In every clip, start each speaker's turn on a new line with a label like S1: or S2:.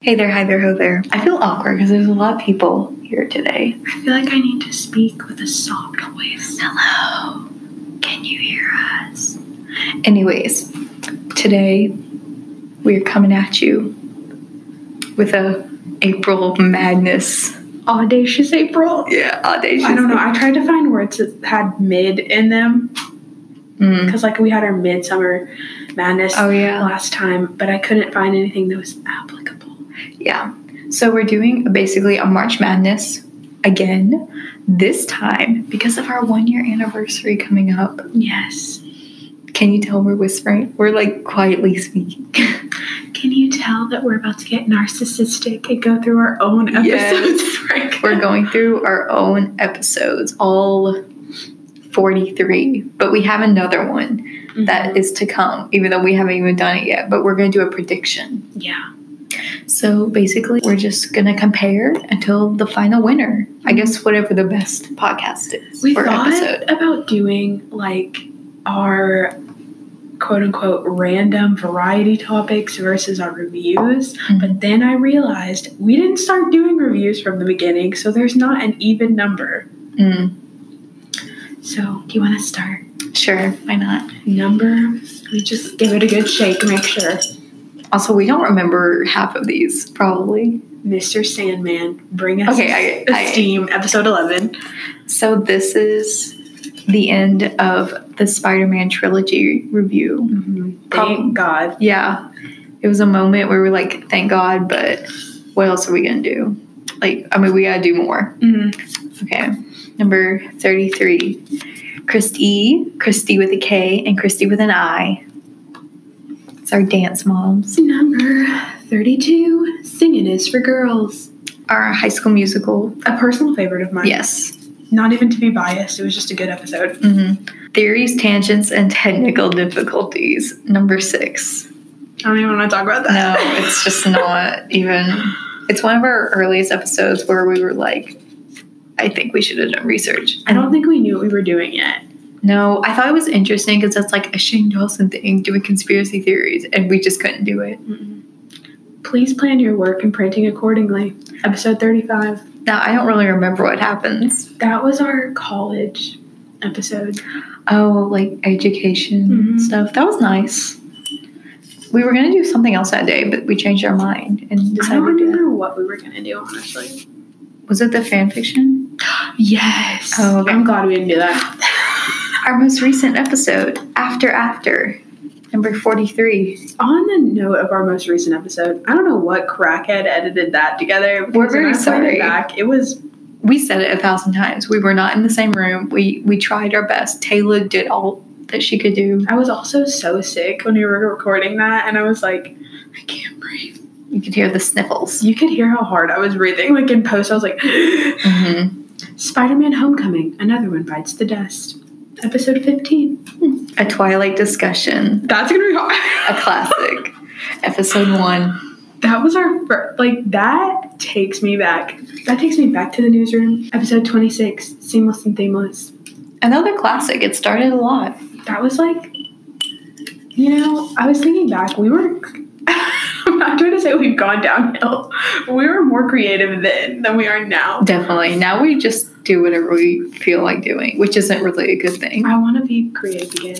S1: Hey there, hi there, ho there. I feel awkward because there's a lot of people here today. I feel like I need to speak with a soft voice. Hello, can you hear us? Anyways, today we're coming at you with a April madness.
S2: Audacious April.
S1: Yeah, audacious.
S2: I don't know. I tried to find words that had mid in them
S1: Mm.
S2: because, like, we had our midsummer madness
S1: Oh yeah,
S2: last time, but I couldn't find anything that was applicable.
S1: yeah. So we're doing basically a March Madness again. This time because of our one year anniversary coming up.
S2: Yes.
S1: Can you tell we're whispering? We're like quietly speaking.
S2: Can you tell that we're about to get narcissistic and go through our own
S1: Yes.
S2: episodes? Frank?
S1: We're going through our own episodes, all 43, but we have another one
S2: Mm-hmm.
S1: that is to come, even though we haven't even done it yet. But we're going to do a prediction.
S2: yeah.
S1: So basically, we're just going to compare until the final winner. I guess whatever the best podcast is
S2: Mm-hmm. We
S1: for
S2: thought
S1: episode.
S2: about doing like our quote unquote random variety topics versus our reviews.
S1: Mm-hmm.
S2: But then I realized we didn't start doing reviews from the beginning, so there's not an even number.
S1: Mm,
S2: So, do you want to start?
S1: sure, why not?
S2: Number, we just give it a good shake, make sure.
S1: Also, we don't remember half of these, probably.
S2: Mr. Sandman, bring us
S1: Okay, I- I-
S2: Steam episode 11.
S1: So, this is the end of the Spider Man trilogy review. Prob-
S2: Thank God.
S1: yeah, it was a moment where we were like, thank God, but what else are we gonna do? Like, I mean, we gotta do more. Okay. Number 33, Christy, Christy with a K, and Christy with an I. It's our dance moms,
S2: Number 32, Singing is for Girls.
S1: our high school musical.
S2: A personal favorite of mine.
S1: Yes.
S2: Not even to be biased, it was just a good episode.
S1: hmm Theories, tangents, and technical difficulties. Number six.
S2: I don't even want to talk about
S1: No,
S2: that.
S1: it's just not even. It's one of our earliest episodes where we were like, I think we should have done research.
S2: I don't think we knew what we were doing yet.
S1: No, I thought it was interesting because that's like a Shane Dawson thing doing conspiracy theories, and we just couldn't do it.
S2: Please plan your work and printing accordingly. Episode 35.
S1: Now, I don't really remember what happens.
S2: That was our college episode.
S1: Oh, like education
S2: Mhm.
S1: stuff. That was nice. We were going to do something else that day, but we changed our mind and
S2: I don't
S1: decided to do
S2: remember what we were going to do, honestly.
S1: that. Was it the fan fiction?
S2: Yes.
S1: Oh, okay.
S2: I'm glad we didn't do that.
S1: Our most recent episode, After After, number 43.
S2: On the note of our most recent episode, I don't know what crackhead edited that together.
S1: We're
S2: because
S1: very
S2: when I played
S1: sorry.
S2: It, back, it was
S1: we said it a thousand times. We were not in the same room. We we tried our best. Taylor did all that she could do.
S2: I was also so sick when we were recording that, and I was like, I can't breathe.
S1: You could hear the sniffles.
S2: You could hear how hard I was breathing. Like in post, I was like.
S1: Mm-hmm.
S2: Spider Man Homecoming, another one bites the dust. Episode 15.
S1: A Twilight discussion,
S2: That's gonna be
S1: a
S2: hard.
S1: classic. Episode one.
S2: that was our first, like, that takes me back. That takes me back to the newsroom. Episode 26, Seamless and Themeless.
S1: Another classic. It started a lot.
S2: That was like, you know, I was thinking back, we were. I'm not trying to say we've gone downhill. We were more creative then than we are now.
S1: Definitely. Now we just do whatever we feel like doing, which isn't really a good thing.
S2: I want to be creative again.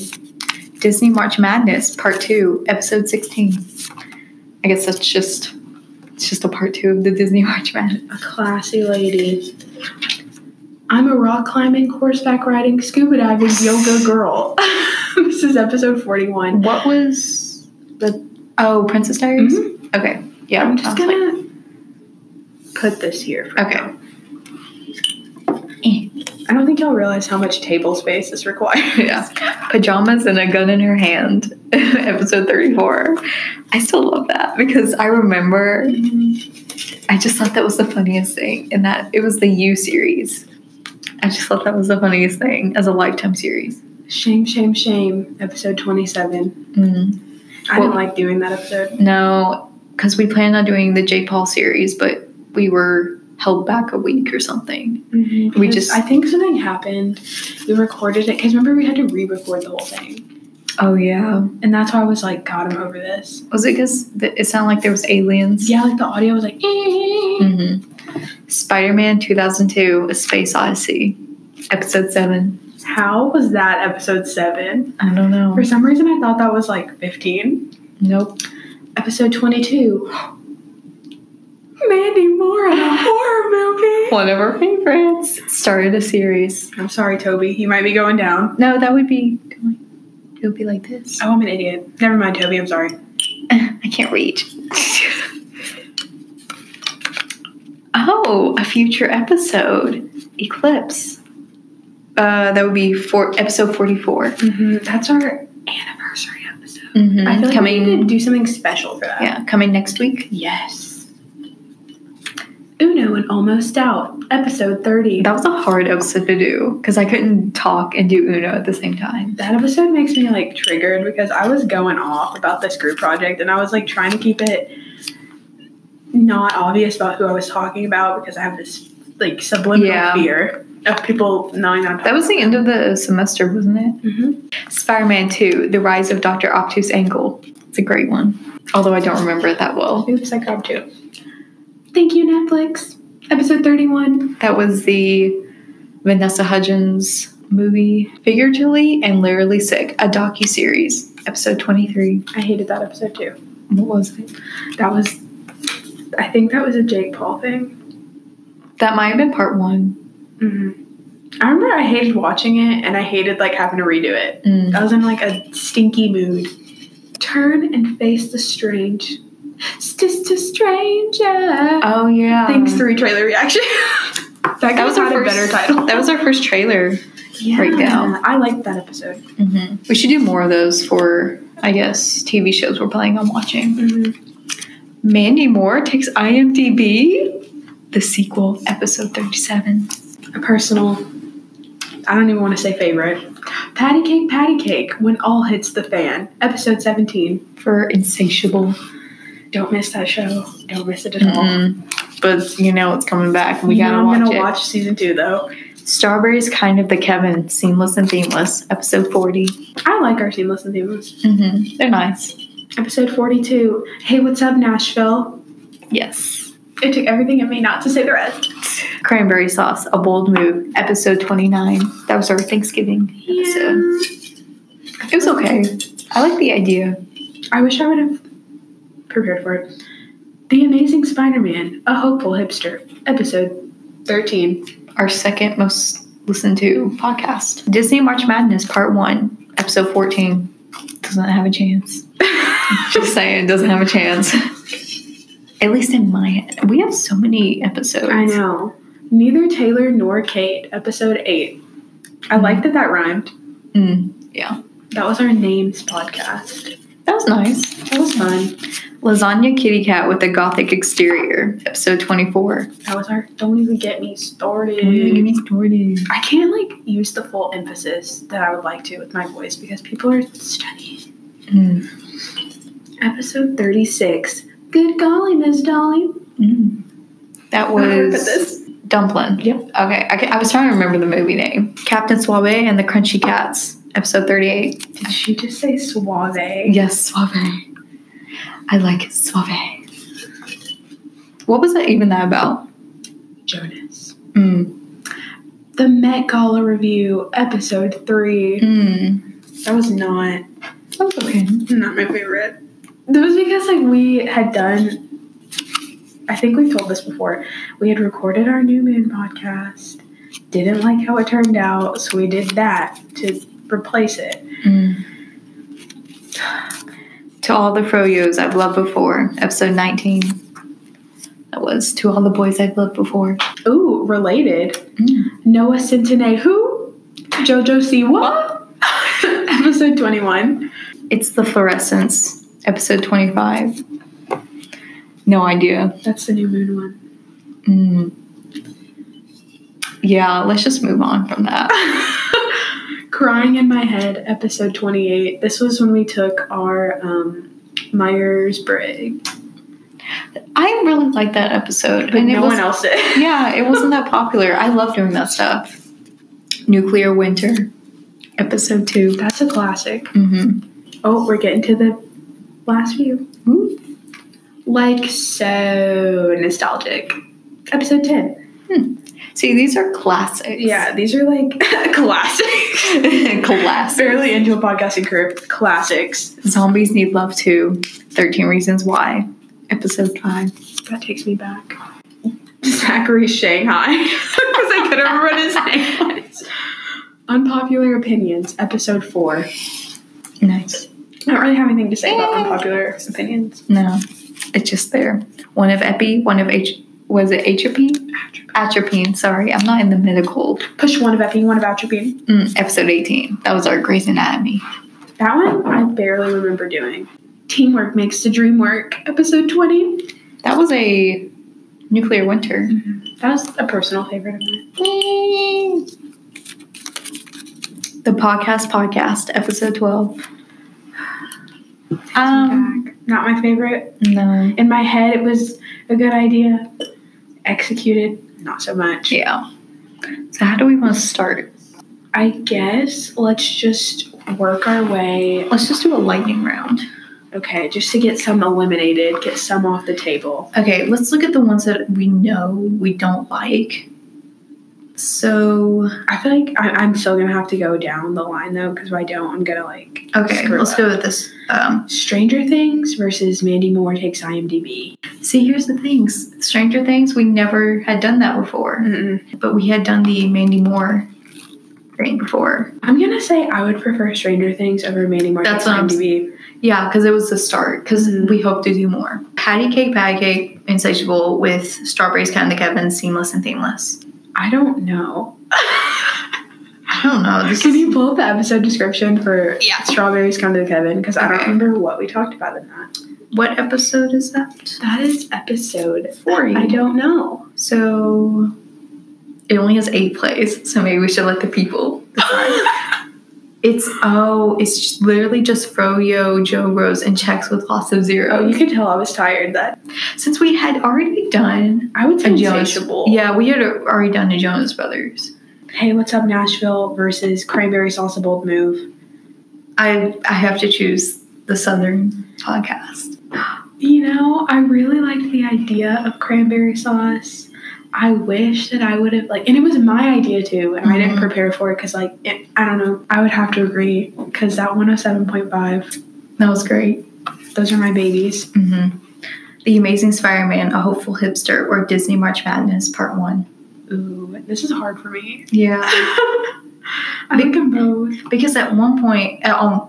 S1: Disney March Madness Part Two, Episode sixteen. I guess that's just it's just a part two of the Disney March Madness.
S2: A classy lady. I'm a rock climbing, horseback riding, scuba diving, yoga girl. this is episode 41.
S1: What was the oh Princess Diaries? Okay, yeah.
S2: I'm just
S1: I was like-
S2: gonna put this here. For
S1: Okay.
S2: now. I don't think y'all realize how much table space is required.
S1: yeah, pajamas and a gun in her hand, episode thirty-four. I still love that because I remember. I just thought that was the funniest thing, and that it was the U series. I just thought that was the funniest thing as a lifetime series.
S2: Shame, shame, shame. Episode 27.
S1: Mm.
S2: I
S1: Well-
S2: didn't like doing that episode.
S1: No, because we planned on doing the J Paul series, but we were held back a week or something.
S2: Because
S1: just-
S2: I think something happened. We recorded it because remember we had to re record the whole thing.
S1: Oh yeah.
S2: And that's why I was like, God, I'm over this.
S1: Was it because it sounded like there was aliens?
S2: Yeah, like the audio was like,
S1: hmm Spider-Man 2002: A Space Odyssey, Episode Seven.
S2: how was that episode seven?
S1: I don't know.
S2: For some reason, I thought that was like 15.
S1: Nope.
S2: Episode 22. Mandy Moore in a horror movie.
S1: One of our favorites started a series.
S2: I'm sorry, Toby. You might be going down.
S1: No, that would be. It would be like this.
S2: Oh, I'm an idiot. Never mind, Toby. I'm sorry.
S1: I can't read. oh, a future episode, Eclipse. Uh, that would be for episode 44
S2: Mm-hmm. That's our anniversary episode. Mm-hmm. I feel like we need to
S1: coming.
S2: do something special for that.
S1: Yeah, coming next week.
S2: Yes. Uno and Almost Out, episode 30.
S1: That was a hard episode to do because I couldn't talk and do Uno at the same time.
S2: That episode makes me like triggered because I was going off about this group project and I was like trying to keep it not obvious about who I was talking about because I have this like subliminal
S1: Yeah.
S2: fear of people knowing that I'm
S1: That was the end of the semester, wasn't it?
S2: hmm
S1: Spider Man 2 The Rise of Dr. Obtuse Angle. It's a great one, although I don't remember it that well.
S2: Oops, I grabbed two. Thank you, Netflix. Episode 31.
S1: That was the Vanessa Hudgens movie, Figuratively and Literally Sick, a docu series, episode 23.
S2: I hated that episode too.
S1: What was it?
S2: That was, I think that was a Jake Paul thing.
S1: That might have been part one.
S2: Mm-hmm. I remember I hated watching it and I hated like having to redo it.
S1: Mm.
S2: I was in like a stinky mood. Turn and face the strange. Stis to stranger.
S1: Oh, yeah.
S2: Things three trailer reaction. that, could
S1: That was our
S2: have had
S1: first,
S2: a better title.
S1: That was our first trailer.
S2: yeah.
S1: breakdown.
S2: I liked that episode.
S1: We should do more of those for, I guess, TV shows we're planning on watching. Mandy Moore takes IMDb, the sequel, episode 37.
S2: A personal. I don't even want to say favorite. Patty cake, patty cake. When all hits the fan. Episode seventeen.
S1: For insatiable.
S2: Don't miss that show. Don't miss it at all.
S1: Mm-mm. Mm-hmm. But you know it's coming back. and We
S2: You know
S1: gotta
S2: I'm
S1: watch
S2: gonna
S1: it.
S2: watch season two though.
S1: Strawberry's kind of the Kevin, seamless and themeless, episode 40.
S2: I like our seamless and themes.
S1: Mm-hmm. They're nice.
S2: Episode forty-two. Hey, what's up, Nashville?
S1: Yes.
S2: It took everything in me not to say the rest.
S1: Cranberry sauce, a bold move, episode 29. That was our Thanksgiving episode. It was okay. I like the idea.
S2: I wish I would have prepared for it. The Amazing Spider Man, a hopeful hipster, episode 13.
S1: Our second most listened to podcast. Disney March Madness, part one, episode 14. Doesn't have a chance. Just saying, doesn't have a chance. At least in my head. We have so many episodes.
S2: I know. Neither Taylor nor Kate, episode 8. I like that that rhymed.
S1: Mm,
S2: That was our names podcast.
S1: that was nice.
S2: That was fun.
S1: Lasagna Kitty Cat with a Gothic Exterior, episode 24.
S2: That was our don't even get me started. I can't like use the full emphasis that I would like to with my voice because people are studying.
S1: Mm.
S2: Episode 36. Good golly, Miss Dolly.
S1: Mm. That
S2: I remember
S1: was
S2: this.
S1: Dumplin.
S2: Yep.
S1: Okay, I, ca- I was trying to remember the movie name. Captain Suave and the Crunchy Cats, episode 38.
S2: Did she just say suave?
S1: Yes, Suave. I like it, Suave. What was that even that about?
S2: Jonas.
S1: Mm.
S2: The Met Gala Review, episode three.
S1: Mm.
S2: That was not
S1: That was okay.
S2: not my favorite. That was because like we had done I think we've told this before. We had recorded our new moon podcast, didn't like how it turned out, so we did that to replace it.
S1: Mm. To all the froyos I've loved before, episode 19. That was to all the boys I've loved before.
S2: Ooh, related.
S1: Mm.
S2: Noah Centineo who? Jojo Siwa? episode 21.
S1: It's the fluorescence, episode 25. No idea.
S2: That's the new moon one.
S1: Mm. Yeah, let's just move on from that.
S2: Crying in My Head, episode 28. This was when we took our um, Myers Briggs,
S1: I really liked that episode.
S2: but
S1: and it
S2: no
S1: was,
S2: one else did.
S1: Yeah, it wasn't that popular. I love doing that stuff. Nuclear winter. Episode two.
S2: That's a classic.
S1: Mm-hmm.
S2: Oh, we're getting to the last few.
S1: Ooh.
S2: Like so nostalgic. Episode 10.
S1: See, these are classics.
S2: Yeah, these are like classics.
S1: Classics.
S2: Barely into a podcasting career. Classics.
S1: Zombies Need Love Too. 13 Reasons Why. Episode five.
S2: That takes me back. Zachary Shanghai. Because I couldn't remember what his name was. Unpopular Opinions, episode 4. I
S1: Nice.
S2: don't really have anything to say about unpopular opinions.
S1: No, it's just there. One of epi, one of H. Was it atropine? Atropine. Sorry, I'm not in the medical.
S2: Push one of Epi, one of Atropine.
S1: Mm, episode 18. That was our Grey's Anatomy.
S2: That one I barely remember doing. Teamwork makes the dream work, episode 20.
S1: That was a nuclear winter.
S2: That was a personal favorite of mine.
S1: The podcast podcast episode twelve. Um,
S2: Back. Not my favorite.
S1: no.
S2: In my head, it was a good idea. Executed, not so much.
S1: Yeah. So how do we want to start?
S2: I guess let's just work our way.
S1: Let's just do a lightning round.
S2: Okay, just to get some eliminated, get some off the table.
S1: Okay, let's look at the ones that we know we don't like. So
S2: I feel like I- I'm still gonna have to go down the line though, because if I don't, I'm gonna like.
S1: okay,
S2: Screw
S1: let's
S2: up.
S1: go with this. Um,
S2: Stranger Things versus Mandy Moore takes IMDb.
S1: see, here's the things. Stranger Things, we never had done that before,
S2: Mm-mm.
S1: but we had done the Mandy Moore thing before.
S2: I'm gonna say I would prefer Stranger Things over Mandy Moore
S1: That's what
S2: takes
S1: I'm-
S2: IMDb.
S1: Yeah, because it was the start. Because
S2: Mhm.
S1: we hope to do more. Patty cake, patty cake, insatiable with strawberries, cut in the Kevin, seamless and themeless.
S2: I don't know.
S1: I don't know. This
S2: Can
S1: is-
S2: you pull up the episode description for
S1: Yeah.
S2: Strawberries Come to the Kevin? Because I don't
S1: Okay.
S2: remember what we talked about in that.
S1: what episode is that?
S2: That is episode
S1: Forty.
S2: I don't know.
S1: So it only has eight plays. So maybe we should let the people. It's oh, it's just literally just Froyo, Joe Rose, and checks with lots of
S2: oh,
S1: zeros.
S2: you can tell I was tired that
S1: Since we had already done
S2: I would
S1: a
S2: say
S1: Jonas,
S2: insatiable.
S1: yeah, we had already done a Jonas Brothers.
S2: Hey, what's up, Nashville versus Cranberry Salsa Bold Move?
S1: I I have to choose the Southern podcast.
S2: You know, I really liked the idea of cranberry sauce. I wish that I would have like, and it was my idea too, and I didn't
S1: Mhm.
S2: prepare for it because like, it, I don't know. I would have to agree because that one hundred seven point five.
S1: That was great.
S2: Those are my babies.
S1: hmm The Amazing Spider-Man, A Hopeful Hipster, or Disney March Madness Part One.
S2: Ooh, this is hard for me.
S1: Yeah,
S2: I think I'm both.
S1: because at one point, at- on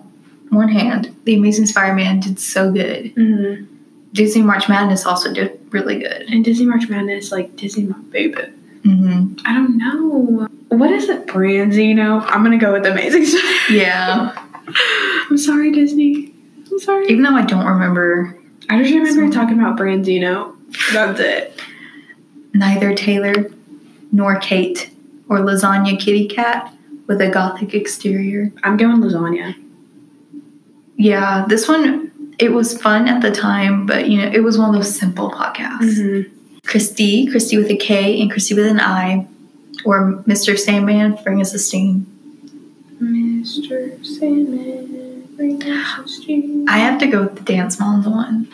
S1: one hand, The Amazing Spider-Man did so good.
S2: Mm-hmm.
S1: Disney March Madness also did really good.
S2: And Disney March Madness, like Disney my favorite.
S1: Mm-hmm.
S2: I don't know. What is it, brands? You know, I'm gonna go with Amazing. Spider-
S1: Yeah,
S2: I'm sorry, Disney. I'm sorry.
S1: even though I don't remember
S2: I just remember
S1: Sorry.
S2: talking about Branzino. That's it.
S1: neither Taylor nor Kate or Lasagna Kitty Cat with a gothic exterior.
S2: I'm going lasagna.
S1: Yeah, this one it was fun at the time, but you know, it was one of those simple podcasts.
S2: Mm-hmm.
S1: Christy, Christy with a K and Christy with an I, or Mr. Sandman, bring us a steam.
S2: Mr. Sandman, bring us a stream.
S1: I have to go with the Dance Moms one.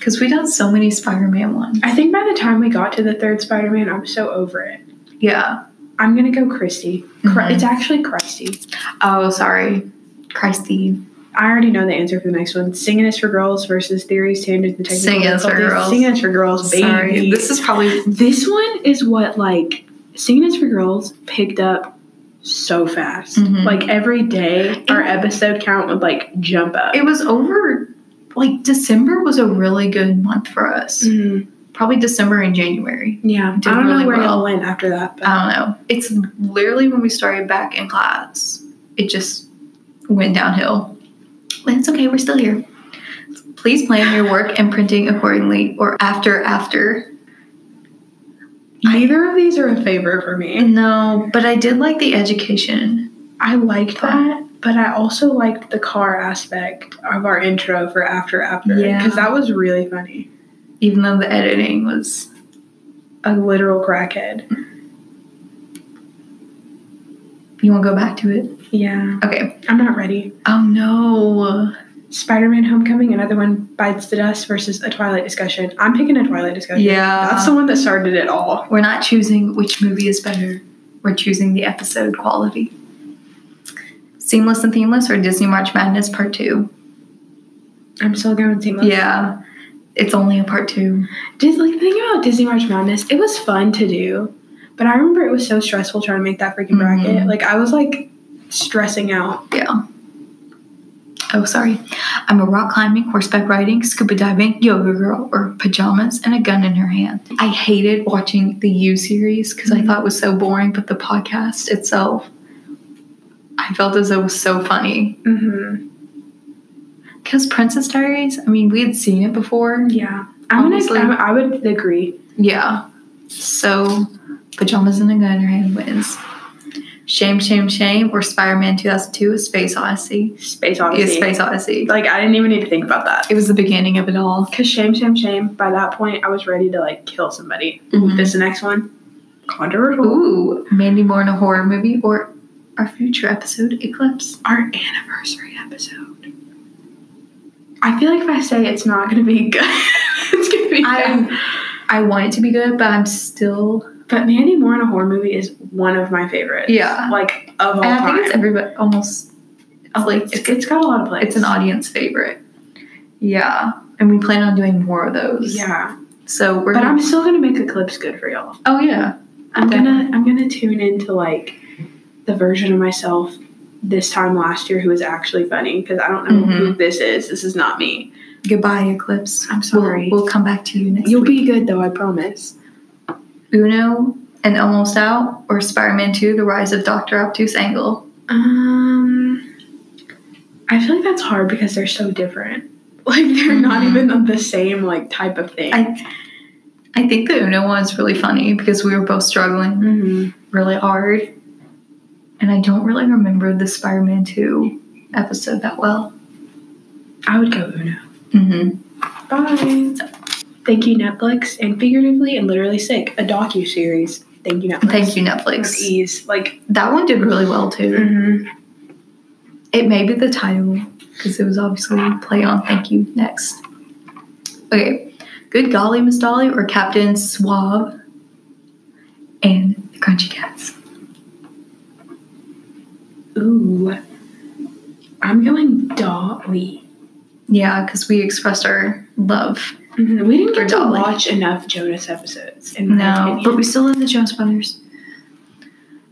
S1: Cause we done so many Spider-Man ones.
S2: I think by the time we got to the third Spider-Man, I'm so over it.
S1: Yeah.
S2: I'm gonna go Christy. Cr-
S1: Mhm.
S2: It's actually Christy.
S1: Oh, sorry. Christy.
S2: I already know the answer for the next one. Singing is for girls versus theories, standards, and technical
S1: Singing Is for
S2: difficulties.
S1: Girls.
S2: Singing is for girls, baby.
S1: Sorry. This is probably
S2: This one is what like singing is for girls picked up so fast.
S1: Mhm.
S2: Like every day, our episode count would like jump up.
S1: it was over like December was a really good month for us.
S2: Mhm.
S1: Probably December and January.
S2: Yeah,
S1: Did
S2: I don't
S1: really
S2: know where
S1: well. Um,
S2: it went after that. But
S1: I don't know. It's literally when we started back in class. It just went downhill. But it's okay, we're still here. Please plan your work and printing accordingly or after after.
S2: neither of these are a favorite for
S1: Mm-hmm.
S2: me.
S1: No, but I did like the education.
S2: I liked that, but I also liked the car aspect of our intro for after after
S1: Yeah.
S2: because that was really funny.
S1: Even though the editing was
S2: A literal crackhead.
S1: You won't go back to it?
S2: Yeah.
S1: Okay.
S2: I'm not ready.
S1: Oh no.
S2: Spider Man Homecoming, another one bites the dust versus a Twilight discussion. I'm picking a Twilight discussion.
S1: Yeah.
S2: That's the one that started it all.
S1: We're not choosing which movie is better. We're choosing the episode quality. Seamless and Themeless or Disney March Madness Part 2?
S2: I'm still going seamless.
S1: Yeah. It's only a part 2.
S2: Just like the thing about Disney March Madness, it was fun to do, but I remember it was so stressful trying to make that freaking bracket.
S1: Mhm.
S2: Like I was like stressing out.
S1: Yeah. Oh, sorry. I'm a rock climbing, horseback riding, scuba diving, yoga girl, or pajamas and a gun in her hand. I hated watching the U series because I
S2: Mhm.
S1: thought it was so boring, but the podcast itself, I felt as though it was so funny.
S2: Mm-hmm.
S1: Because Princess Diaries, I mean, we had seen it before.
S2: Yeah. I'm
S1: Honestly.
S2: gonna. I, I would agree.
S1: Yeah. So, pajamas and a gun in her hand wins. Shame, shame, shame, or Spider Man 2002, A Space Odyssey.
S2: Space
S1: Yeah,
S2: Odyssey.
S1: Space Odyssey.
S2: Like I didn't even need to think about that.
S1: It was the beginning of it all.
S2: Cause shame, shame, shame. By that point, I was ready to like kill somebody.
S1: Mhm.
S2: This next one, controversial.
S1: Ooh, Mandy Moore in a horror movie or our future episode, Eclipse.
S2: Our anniversary episode. I feel like if I say it's not gonna be good, it's gonna be bad.
S1: I I want it to be good, but I'm still
S2: But Mandy Moore in a horror movie is one of my favorites.
S1: Yeah.
S2: Like of all
S1: and I
S2: time.
S1: think it's everybody almost it's like
S2: it's,
S1: Oh, it's,
S2: it's got a lot of plays.
S1: it's an audience favorite. Yeah. And we plan on doing more of those.
S2: Yeah.
S1: So we're
S2: But
S1: gonna,
S2: I'm still gonna make the clips good for y'all.
S1: Oh yeah.
S2: I'm
S1: Definitely.
S2: gonna I'm gonna tune into like the version of myself this time last year who was actually funny because I don't know who
S1: Mm-hmm.
S2: this is. This is not me.
S1: Goodbye, Eclipse.
S2: I'm
S1: We'll-
S2: sorry.
S1: We'll, come back to you next
S2: You'll
S1: week.
S2: be good though, I promise.
S1: Uno and Almost Out or Spider-Man 2, The Rise of Dr. Obtuse Angle.
S2: Um I feel like that's hard because they're so different. Like they're not
S1: Mhm.
S2: even of the same like type of thing.
S1: I I think the Uno one's really funny because we were both struggling
S2: Mhm.
S1: really hard. And I don't really remember the Spider Man 2 episode that well.
S2: I would go Uno.
S1: Mm-hmm.
S2: Bye. Thank you, Netflix, and figuratively and literally sick, a docu series. Thank you, Netflix.
S1: Thank you,
S2: With
S1: Netflix. Mm-hmm.
S2: ease, like
S1: That one did really well too. It may be the title because it was obviously a play on Thank You Next. Okay. Good Golly, Miss Dolly, or Captain Swab and the Crunchy Cats.
S2: ooh, I'm going Dolly.
S1: Yeah, because we expressed our love.
S2: Mhm. We didn't
S1: Or
S2: get to
S1: Dolly.
S2: watch enough Jonas episodes. In my
S1: No,
S2: opinion.
S1: but we still love the Jonas Brothers.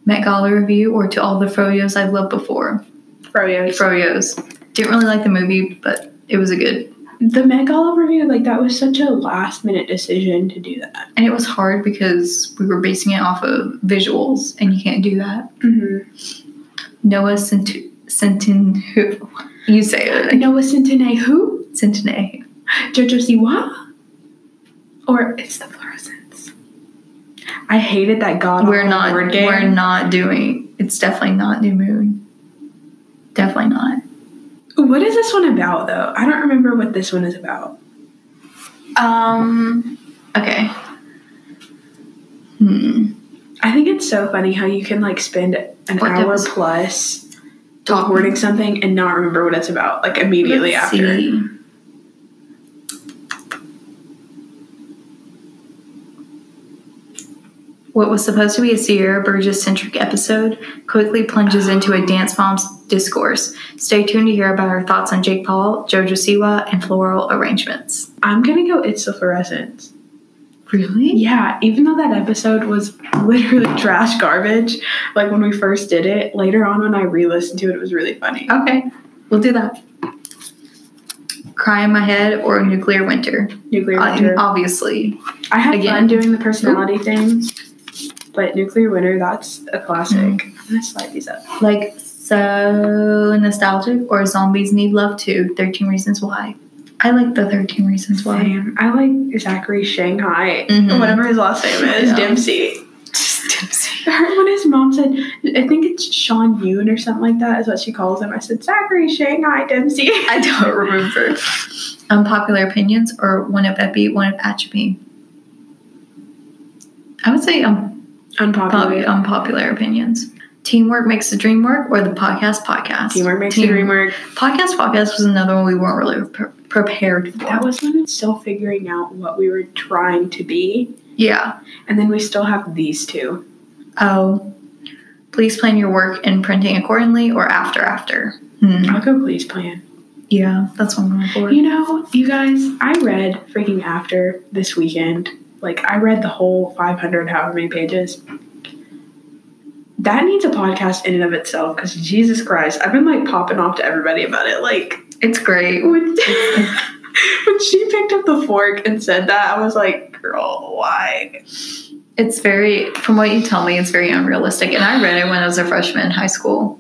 S1: Met Gala review or to all the froyos I've loved before.
S2: Froyo.
S1: Froyos. Didn't really like the movie, but it was a good.
S2: the Met Gala review, like that was such a last minute decision to do that.
S1: And it was hard because we were basing it off of visuals, and you can't do that.
S2: Mm-hmm.
S1: Noah Cent- Centin, who you say it,
S2: Noah Centineo, who
S1: Centine.
S2: JoJo Siwa, or it's the fluorescence. I hated that god.
S1: We're
S2: awful
S1: not.
S2: word game.
S1: We're not doing. It's definitely not New Moon. Definitely not.
S2: What is this one about, though? I don't remember what this one is about.
S1: Um. Okay. Hmm.
S2: I think it's so funny how you can like spend an
S1: What
S2: hour
S1: does-
S2: plus recording something and not remember what it's about, like immediately
S1: Let's
S2: after.
S1: see. What was supposed to be a Sierra Burgess centric episode quickly plunges into a dance mom's discourse. Stay tuned to hear about her thoughts on Jake Paul, JoJo Siwa, and floral arrangements.
S2: I'm gonna go. It's the fluorescence.
S1: Really?
S2: Yeah, even though that episode was literally trash garbage, like when we first did it. Later on, when I re-listened to it, it was really funny.
S1: Okay, we'll do that. Cry in my head or nuclear winter?
S2: Nuclear
S1: I-
S2: winter.
S1: Obviously.
S2: I had
S1: again.
S2: fun doing the personality thing, but nuclear winter. That's a classic.
S1: Mm.
S2: I'm gonna slide these up.
S1: Like, so nostalgic or zombies need love too? 13 Reasons Why. I like the 13 Reasons Why.
S2: Same. I like Zachary Shanghai,
S1: Mhm.
S2: whatever his last name is,
S1: Yeah.
S2: Dempsey.
S1: Just tipsy.
S2: When his mom said, I think it's Sean Yoon or something like that is what she calls him. I said, Zachary Shanghai Dempsey.
S1: I don't remember. Unpopular opinions or one of epi, one of atropine. I would say um,
S2: Unpopular.
S1: probably unpopular opinions. Teamwork Makes the Dream Work or the Podcast Podcast.
S2: Teamwork makes
S1: Team-
S2: the dream work.
S1: Podcast Podcast was another one we weren't really pre- prepared for.
S2: That was when it's still figuring out what we were trying to be.
S1: yeah.
S2: And then we still have these two.
S1: Oh, please plan your work and printing accordingly or after after. Hmm.
S2: I'll go please plan.
S1: Yeah, that's one I'm
S2: You know, you guys, I read freaking after this weekend. Like, I read the whole 500, however many pages. That needs a podcast in and of itself because Jesus Christ, I've been like popping off to everybody about it. Like,
S1: It's great.
S2: when, when she picked up the fork and said that, I was like, girl, why?
S1: It's very, from what you tell me, it's very unrealistic. And I read it when I was a freshman in high school,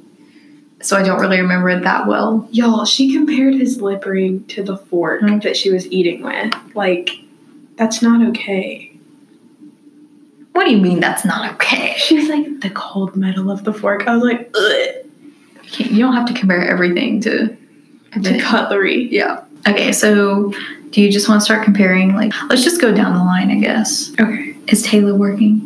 S1: so I don't really remember it that well.
S2: Y'all, she compared his lip ring to the fork
S1: Hmm.
S2: that she was eating with. Like, that's not okay.
S1: What do you mean that's not okay?
S2: She's like, the cold metal of the fork. I was like, ugh.
S1: You can't- You don't have to compare everything to
S2: to
S1: everything.
S2: cutlery.
S1: Yeah. Okay, so do you just want to start comparing? Like, let's just go down the line, I guess.
S2: Okay.
S1: Is Taylor working?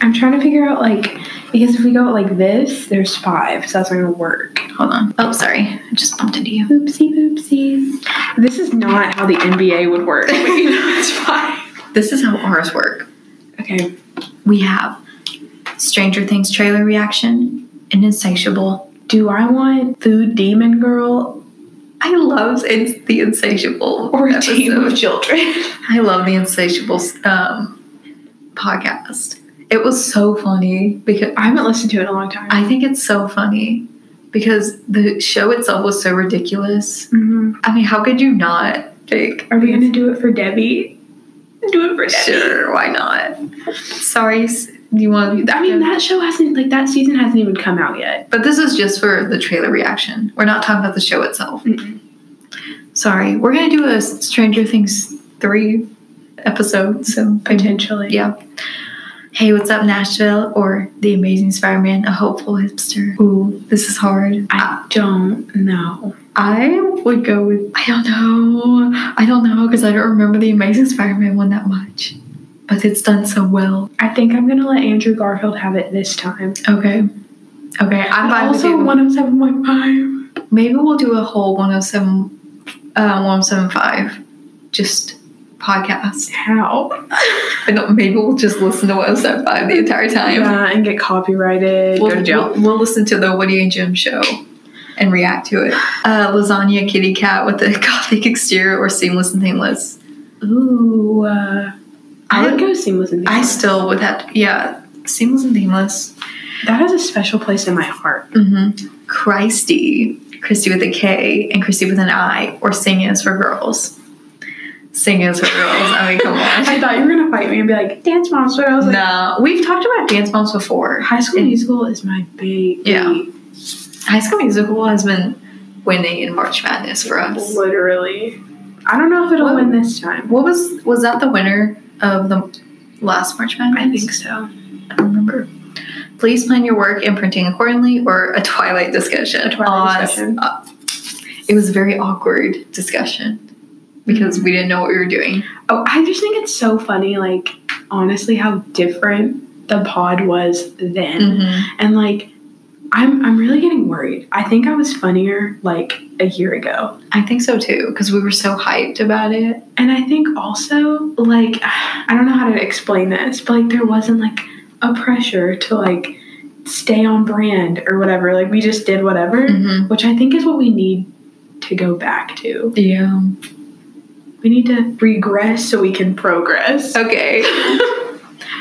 S2: I'm trying to figure out like because if we go like this, there's five, so that's not gonna work.
S1: Hold on. Oh, sorry. I just bumped into you.
S2: Oopsie poopsies. This is not how the NBA would work. But you know it's fine.
S1: This is how ours work.
S2: Okay.
S1: We have Stranger Things trailer reaction and Insatiable.
S2: Do I want food demon girl
S1: I love it's the Insatiable
S2: or a team
S1: episode.
S2: of children?
S1: I love the Insatiable um, podcast. It was so funny because
S2: I haven't listened to it in a long time.
S1: I think it's so funny because the show itself was so ridiculous.
S2: Mhm.
S1: I mean, how could you not pick?
S2: Are we gonna do it for Debbie? Do it for Debbie.
S1: Sure, why not? Sorry, s- you want?
S2: I mean that show hasn't like that season hasn't even come out yet.
S1: but this is just for the trailer reaction. We're not talking about the show itself. Sorry, we're gonna do a Stranger Things three episode. So
S2: Potentially.
S1: yeah. Hey, what's up, Nashville? Or the Amazing Spider-Man, a hopeful hipster. Ooh, this is hard.
S2: I don't know.
S1: I would go with I don't know. I don't know because I don't remember the Amazing Spider-Man one that much. But it's done so well.
S2: I think I'm gonna let Andrew Garfield have it this time.
S1: Okay. Okay, I'm fine
S2: I
S1: with
S2: also
S1: you.
S2: 107.5.
S1: Maybe we'll do a whole 107 uh, 175 just podcast.
S2: How?
S1: I don't maybe we'll just listen to 175 the entire time.
S2: Yeah, Uh, and get copyrighted.
S1: We'll, we'll, we'll listen to the Woody and Jim show and react to it. Uh, lasagna kitty cat with a gothic exterior or seamless and seamless.
S2: Ooh. Uh, I would
S1: I,
S2: go seamless and
S1: I
S2: Seamless.
S1: still would have to, yeah, seamless and seamless.
S2: that has a special place in my heart.
S1: Mm-hmm. Christy, Christy with a K and Christy with an I or Sing Is for Girls. Sing Is for Girls. I mean, come
S2: I
S1: on.
S2: thought you were gonna fight me and be like dance moms, but I was like,
S1: No, we've talked about Dance Moms before.
S2: High School
S1: Yeah.
S2: Musical is my baby.
S1: Yeah. High School Musical has been winning in March Madness for us.
S2: Literally. I don't know if it'll
S1: Whoa.
S2: win this time.
S1: What was was that the winner of the last March Madness?
S2: I think so.
S1: I don't remember. Please plan your work and printing accordingly, or a Twilight discussion.
S2: A Twilight discussion.
S1: uh, it was a very awkward discussion because we didn't know what we were doing.
S2: Oh, I just think it's so funny, like, honestly, how different the pod was then.
S1: Mm-hmm.
S2: and like I'm I'm really getting worried. I think I was funnier like a year ago.
S1: I think so too because we were so hyped about it.
S2: And I think also like I don't know how to explain this, but like there wasn't like a pressure to like stay on brand or whatever. Like we just did whatever,
S1: Mm-hmm.
S2: which I think is what we need to go back to.
S1: Yeah.
S2: We need to regress so we can progress.
S1: Okay.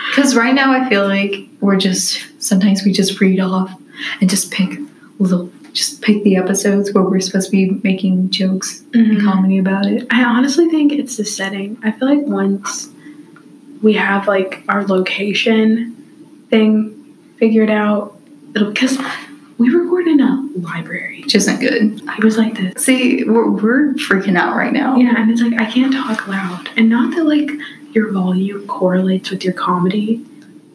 S1: Because right now I feel like we're just sometimes we just read off and just pick little, just pick the episodes where we're supposed to be making jokes and
S2: Mhm.
S1: comedy about it.
S2: I honestly think it's the setting. I feel like once we have like our location thing figured out, it'll because we record in a library.
S1: which isn't good.
S2: It was like this.
S1: See, we're, we're freaking out right now.
S2: Yeah, and it's like I can't talk loud. And not that like your volume correlates with your comedy,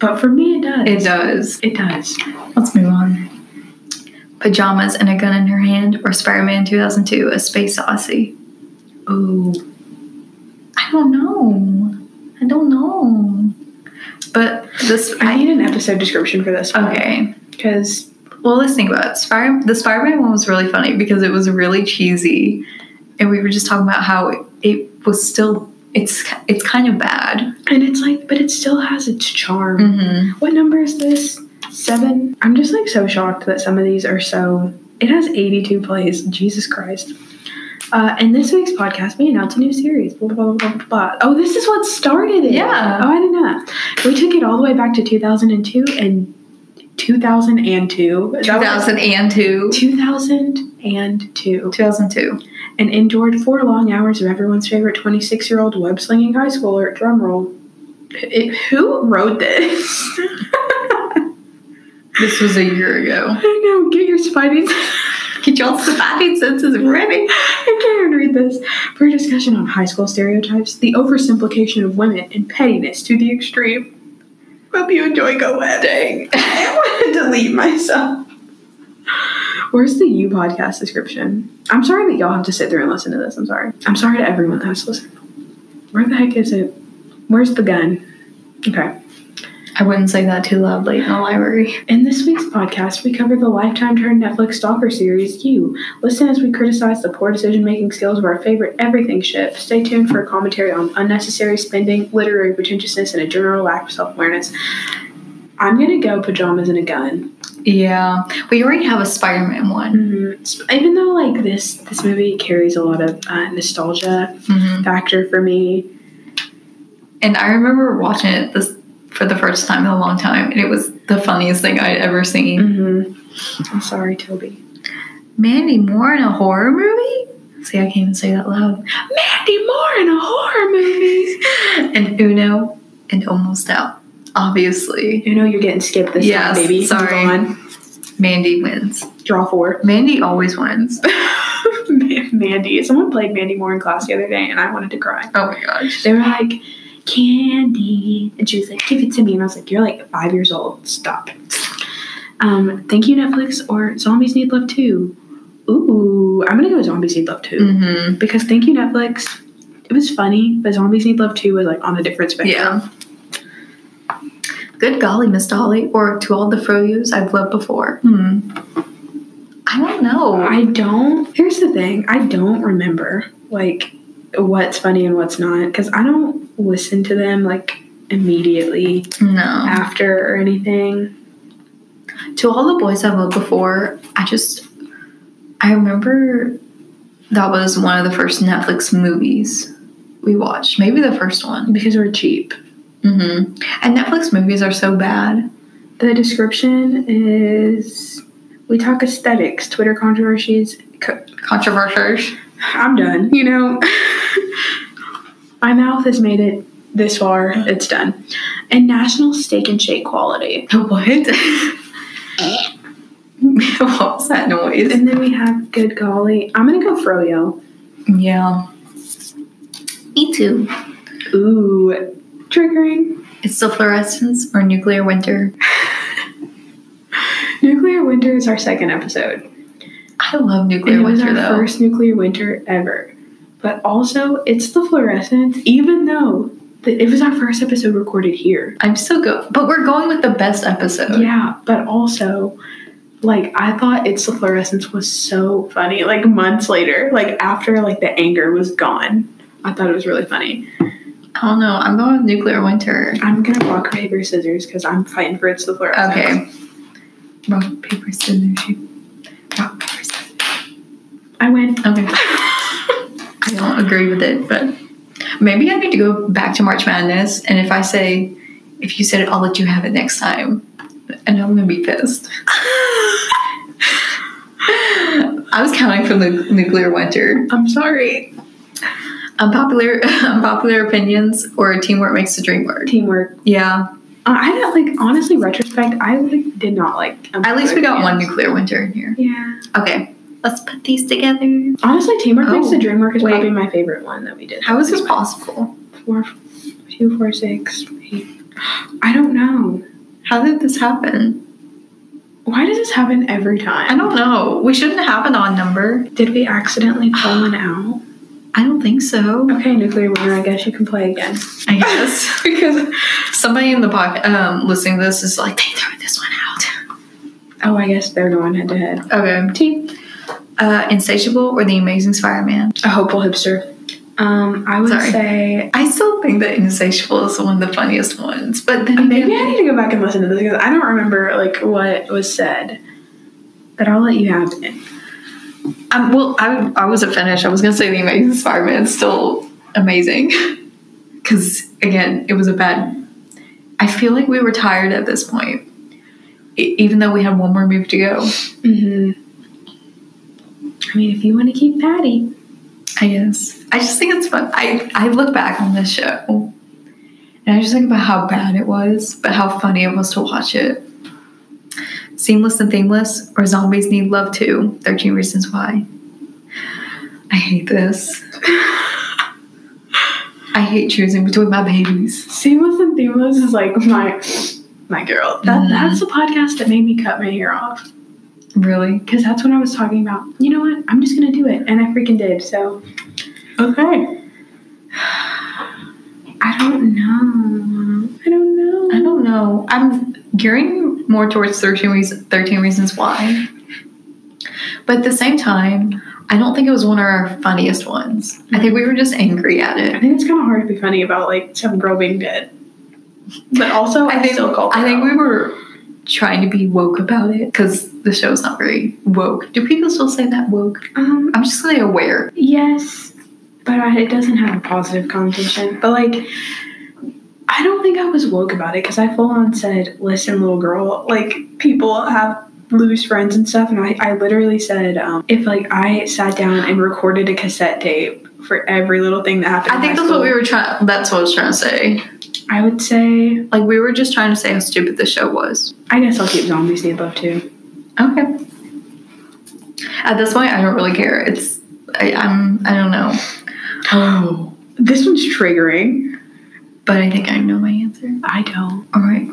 S2: but for me it does.
S1: It does.
S2: It does.
S1: Let's move on. Pajamas and a gun in her hand, or Spider Man 2002, a space odyssey.
S2: Ooh.
S1: I don't know. I don't know. But this,
S2: I need an episode description for this one.
S1: okay.
S2: Because
S1: Well, let's think about it. Spire, the Spider-Man one was really funny because it was really cheesy, and we were just talking about how it, it was still it's it's kind of bad.
S2: And it's like, but it still has its charm.
S1: Mm-hmm.
S2: What number is this? Seven. I'm just like so shocked that some of these are so. It has 82 plays. Jesus Christ. Uh, and this week's podcast, we announce a new series. Blah, blah, blah, blah, blah. Oh, this is what started it.
S1: Yeah.
S2: Oh, I didn't know that. We took it all the way back to 2002 and 2002. That was-
S1: 2002.
S2: 2002
S1: 2002.
S2: and endured four long hours of everyone's favorite 26 year old web slinging high schooler. Drumroll. It, who wrote this?
S1: This was a year ago.
S2: I know, get your spidey.
S1: Get y'all surviving senses ready.
S2: I can't even read this. For a discussion on high school stereotypes, the oversimplification of women, and pettiness to the extreme. Hope you enjoy Go Web.
S1: Dang.
S2: I want to delete myself. Where's the U podcast description? I'm sorry that y'all have to sit through and listen to this. I'm sorry. I'm sorry to everyone that has to listen. Where the heck is it? Where's the gun? Okay.
S1: I wouldn't say that too loudly in the library.
S2: In this week's podcast, we cover the lifetime turned Netflix stalker series, You. Listen as we criticize the poor decision making skills of our favorite everything ship. Stay tuned for a commentary on unnecessary spending, literary pretentiousness, and a general lack of self awareness. I'm gonna go pajamas and a gun.
S1: Yeah. We already have a Spider-Man one.
S2: Mm-hmm. Even though like this this movie carries a lot of uh, nostalgia
S1: Mm-hmm.
S2: factor for me.
S1: And I remember watching it this for the first time in a long time, and it was the funniest thing I'd ever seen.
S2: Mm-hmm. I'm sorry, Toby.
S1: Mandy Moore in a horror movie? See, I can't even say that loud.
S2: Mandy Moore in a horror movie.
S1: and Uno and Almost Out. Obviously,
S2: You know you're getting skipped this
S1: Yes,
S2: time, baby. Move
S1: sorry.
S2: on.
S1: Mandy wins.
S2: Draw four.
S1: Mandy always wins.
S2: Ma- Mandy. Someone played Mandy Moore in class the other day, and I wanted to cry.
S1: Oh my gosh.
S2: They were like, "Candy," and she was like, "Give it to me," and I was like, "You're like five years old. Stop." Um, thank you, Netflix, or Zombies Need Love Too. Ooh, I'm gonna go with Zombies Need Love Too
S1: Mm-hmm.
S2: because thank you, Netflix. It was funny, but Zombies Need Love Too was like on a different spectrum.
S1: Yeah. Good golly, Miss Dolly, or to all the froyos I've loved before. Hmm. I don't know.
S2: I don't. Here's the thing. I don't remember like what's funny and what's not because I don't listen to them like immediately.
S1: no.
S2: after or anything.
S1: to all the boys I've loved before, I just I remember that was one of the first Netflix movies we watched. Maybe the first one.
S2: Because we're cheap.
S1: Mm-hmm. And Netflix movies are so bad.
S2: The description is we talk aesthetics, Twitter controversies. Co-
S1: Controversial.
S2: I'm done. You know, my mouth has made it this far. It's done. And national steak and shake quality.
S1: What? what was that noise?
S2: And then we have good golly. I'm gonna go froyo.
S1: Yeah. Me too.
S2: Ooh, triggering.
S1: It's still fluorescence or nuclear winter.
S2: Nuclear winter is our second episode.
S1: I love
S2: It
S1: nuclear
S2: was
S1: winter
S2: our
S1: though.
S2: first nuclear winter ever. But also, it's the fluorescence, even though th- it was our first episode recorded here.
S1: I'm still go, but we're going with the best episode.
S2: Yeah, but also, like, I thought It's the Fluorescence was so funny. Like, months later, like, after, like, the anger was gone, I thought it was really funny.
S1: I don't know. I'm going with nuclear winter.
S2: I'm gonna rock, paper, scissors because I'm fighting for It's the Fluorescence.
S1: Okay. Rock, paper, scissors, shoot. Rock, paper, scissors.
S2: I win.
S1: Okay. I don't agree with it, but maybe I need to go back to March Madness. And if I say, if you said it, I'll let you have it next time. And I'm going to be pissed. I was counting for the nuclear winter.
S2: I'm sorry.
S1: Unpopular, unpopular opinions or teamwork makes the dream work.
S2: Teamwork.
S1: Yeah.
S2: Uh, I don't, like, honestly, retrospect, I, like, did not like. um,
S1: At least we got one nuclear winter in here.
S2: Yeah.
S1: Okay. Let's put these together.
S2: Honestly, Teamwork
S1: Oh,
S2: Makes the Dream Work is
S1: wait.
S2: probably my favorite one that we did.
S1: How is this possible?
S2: Four, two, four, six, eight. I don't know.
S1: How did this happen?
S2: Why does this happen every
S1: I
S2: time?
S1: don't know. We shouldn't have an odd number.
S2: Did we accidentally pull one out?
S1: I don't think so.
S2: Okay, Nuclear Winter, I guess you can play again.
S1: I guess because somebody in the podcast um, listening to this is like they threw this one out.
S2: Oh, I guess they're going head to head.
S1: Okay. T. Uh, Insatiable or The Amazing Spider-Man?
S2: A hopeful hipster. Um, I would
S1: Sorry.
S2: say
S1: I still think that Insatiable is one of the funniest ones, but then
S2: maybe I need to go back and listen to this because I don't remember like what was said. But I'll let you have it.
S1: Um, well, I, I wasn't finished. I was going to say The Amazing Spider Man is still amazing. Because, again, it was a bad. I feel like we were tired at this point, e- even though we had one more move to go.
S2: Mm-hmm. I mean, if you want to keep Patty,
S1: I guess. I just think it's fun. I, I look back on this show and I just think about how bad it was, but how funny it was to watch it. Seamless and Themeless or Zombies Need Love Too 13 Reasons Why. I hate this. I hate choosing between my babies.
S2: Seamless and Themeless is like my my girl. That
S1: Mhm.
S2: that's the podcast that made me cut my hair off
S1: Really?
S2: because that's what I was talking about. You know what? I'm just gonna do it, and I freaking did. So okay. I don't know. I don't know.
S1: I don't know. I'm gearing more towards 13, reason, 13 Reasons Why. But at the same time, I don't think it was one of our funniest ones. I think we were just angry at
S2: I
S1: it.
S2: think it's kind of hard to be funny about like some girl being dead, but also I,
S1: I think,
S2: still call.
S1: I
S2: her
S1: think
S2: out.
S1: we were trying to be woke about it because the show's not very woke. Do people still say that woke?
S2: um
S1: I'm just really aware.
S2: Yes, but I, it doesn't have a positive connotation. But like, I don't think I was woke about it because I full on said, "Listen, little girl, like people have." lose friends and stuff and I, I literally said um, if like I sat down and recorded a cassette tape for every little thing that happened
S1: I think that's what we were trying. That's what I was trying to say.
S2: I would say
S1: Like we were just trying to say how stupid the show was.
S2: I guess I'll keep zombies need love too
S1: Okay. At this point, I don't really care. It's I, I'm I don't know. Oh,
S2: this one's triggering
S1: but I think I know my answer.
S2: I don't
S1: All right.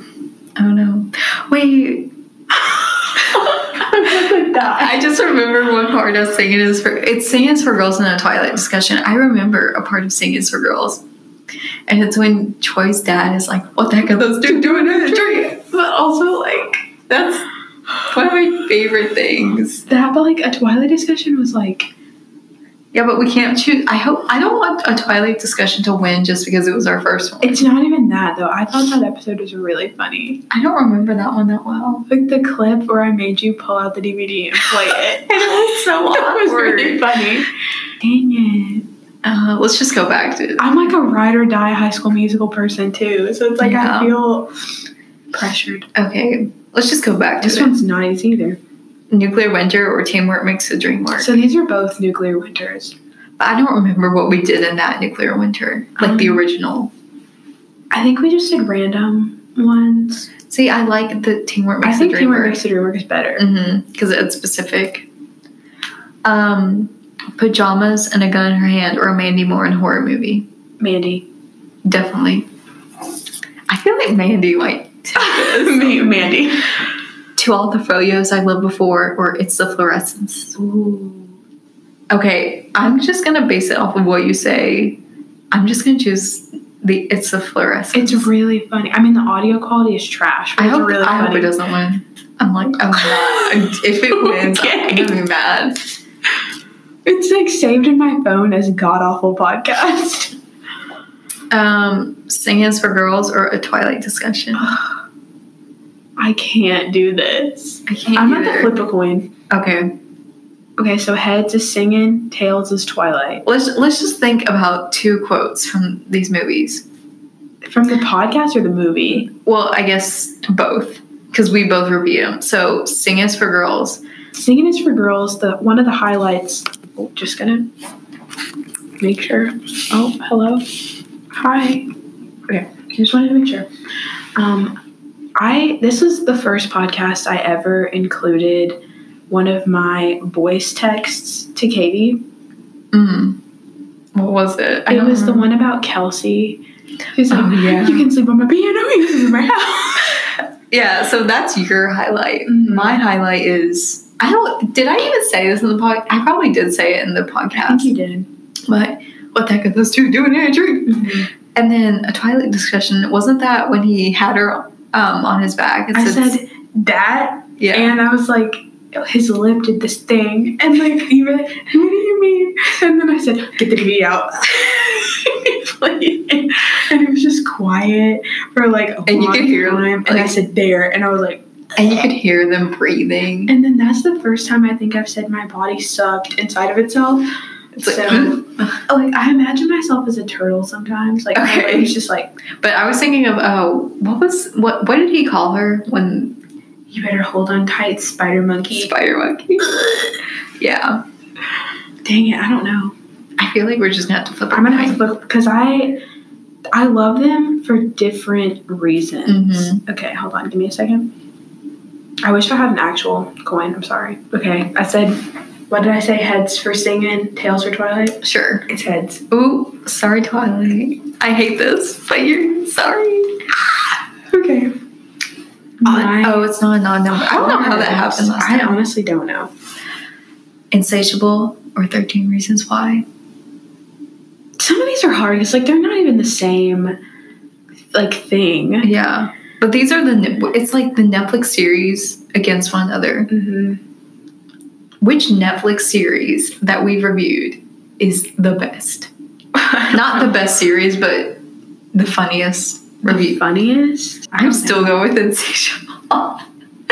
S1: I don't know. Wait. I just remember one part of singing is for it's singing is for girls in a Twilight discussion. I remember a part of singing is for girls, and it's when Troy's dad is like, "What the heck are those two doing in the tree?" But also like that's one of my favorite things.
S2: that but like a Twilight discussion was like
S1: Yeah, but we can't choose. I hope I don't want a Twilight discussion to win just because it was our first one.
S2: it's not even that though I thought that episode was really funny
S1: I don't remember that one that well.
S2: Like the clip where I made you pull out the DVD and play it.
S1: It was so
S2: That was really funny. Dang it.
S1: Uh, let's just go back to.
S2: I'm like a ride or die high school musical person too. So it's like
S1: Yeah.
S2: I feel pressured.
S1: Okay, let's just go back to
S2: This
S1: this
S2: one's nice either.
S1: Nuclear winter or teamwork makes the dream work.
S2: So these are both nuclear winters.
S1: But I don't remember what we did in that nuclear winter, like the
S2: Um.
S1: original.
S2: I think we just did random ones.
S1: See, I like the teamwork
S2: I
S1: makes
S2: think
S1: the dream
S2: Teamwork
S1: work
S2: Makes the Dream Work is better.
S1: because it's specific. Um, pajamas and a gun in her hand, or a Mandy Moore in a horror movie.
S2: Mandy.
S1: Definitely. I feel like Mandy, like,
S2: Ma- Mandy.
S1: to all the folios I lived before, or it's the fluorescence.
S2: Ooh.
S1: Okay, I'm just gonna base it off of what you say. I'm just gonna choose the it's the fluorescence.
S2: It's really funny. I mean, the audio quality is trash, but
S1: I
S2: it's
S1: hope,
S2: really
S1: I hope it
S2: funny.
S1: doesn't win. I'm like, oh my god. If it wins, I'm gonna be mad.
S2: it's like saved in my phone as god awful podcast.
S1: Um, Sing is for Girls or a Twilight discussion.
S2: Oh, I can't do this.
S1: I can't.
S2: I'm
S1: I'm
S2: at the flip a coin.
S1: Okay,
S2: Okay, so heads is singing, tails is Twilight.
S1: let's let's just think about two quotes from these movies.
S2: From the podcast or the movie?
S1: Well, I guess both, because we both repeat them. So, "Sing Is for Girls."
S2: Singing is for girls. The one of the highlights. Oh, just gonna make sure. Oh, hello. Hi. Okay, just wanted to make sure. Um, I this is the first podcast I ever included one of my voice texts to Katie.
S1: Mm. What was it?
S2: It was the one about Kelsey. She's like,
S1: Oh, yeah.
S2: you can sleep on my piano, you can sleep in my house.
S1: Yeah. So that's your highlight.
S2: Mhm.
S1: My highlight is I don't. Did I even say this in the podcast? I probably did say it in the
S2: I think
S1: podcast.
S2: you did.
S1: But what the heck are those two doing in a tree? And then a Twilight discussion. Wasn't that when he had her um, on his back? and
S2: I said, that
S1: Yeah.
S2: And I was like, his lip did this thing. And like, you were like, what do you mean? And then I said, get the TV out. and it was just quiet for like a
S1: And you
S2: long
S1: could hear,
S2: time. and I
S1: like-
S2: said, there. And I was like,
S1: and you could hear them breathing.
S2: and then that's the first time I think I've said my body sucked inside of itself.
S1: It's like,
S2: so,
S1: mm.
S2: like Oh, I imagine myself as a turtle sometimes. Like my
S1: Okay.
S2: body's just like,
S1: But I was thinking of oh, what was what? What did he call her when
S2: you better hold on tight, spider monkey.
S1: Spider Monkey? yeah,
S2: Dang it, I don't know.
S1: I feel like we're just gonna have to flip.
S2: I'm gonna have to look because I I love them for different reasons.
S1: Mm-hmm.
S2: Okay, hold on, give me a second. I wish I had an actual coin. I'm sorry. Okay, I said, what did I say? Heads for singing, tails for twilight.
S1: to. Sure.
S2: It's heads.
S1: Ooh, sorry, Twilight. I hate this, but you're sorry.
S2: Okay.
S1: Odd- oh, it's not an odd number. I don't know how that
S2: Hearts.
S1: happened. Last
S2: I
S1: time.
S2: honestly don't know.
S1: Insatiable or Thirteen Reasons Why.
S2: Some of these are hard because like they're not even the same like thing.
S1: Yeah, but these are the ne- it's like the Netflix series against one another.
S2: Mm-hmm.
S1: Which Netflix series that we've reviewed is the best? Not the best series, but the funniest review.
S2: funniest. I
S1: I'm
S2: don't
S1: still going with Insatiable. I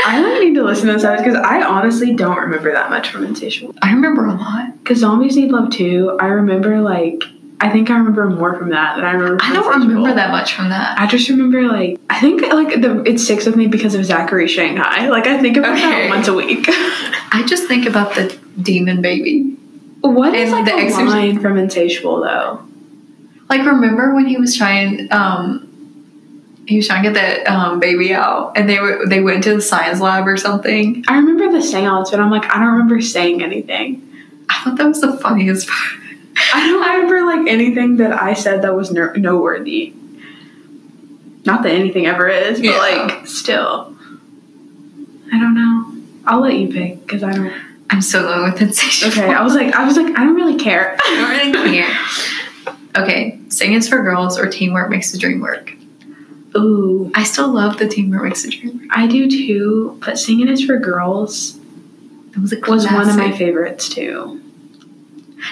S2: I like need to listen to this because I honestly don't remember that much from Insatiable.
S1: remember a lot.
S2: Because Zombies Need Love too. I remember like I think I remember more from that than I remember. From
S1: I don't
S2: Insatiable.
S1: remember that much from that.
S2: I just remember like I think like the it sticks with me because of Zachary Shanghai. Like I think about
S1: Okay.
S2: that once a week.
S1: I just think about the demon baby.
S2: what is
S1: And
S2: like
S1: the
S2: the,
S1: exorc-
S2: line from Insatiable though?
S1: Like remember when he was trying um he was trying to get that um, baby out and they were they went to the science lab or something.
S2: I remember the seance, but I'm like I don't remember saying anything.
S1: I thought that was the funniest part.
S2: I don't remember like anything that I said that was ner- noteworthy. Not that anything ever is, but
S1: Yeah.
S2: like still, I don't know. I'll let you pick because I don't.
S1: I'm so going with insatiable.
S2: Okay, I was like, I was like, I don't really care.
S1: I don't really care. Okay, sing is for girls or teamwork makes the dream work.
S2: Ooh,
S1: I still love the teamwork makes the dream work.
S2: I do too. But singing is for girls
S1: That was a
S2: was
S1: classic.
S2: one of my favorites too.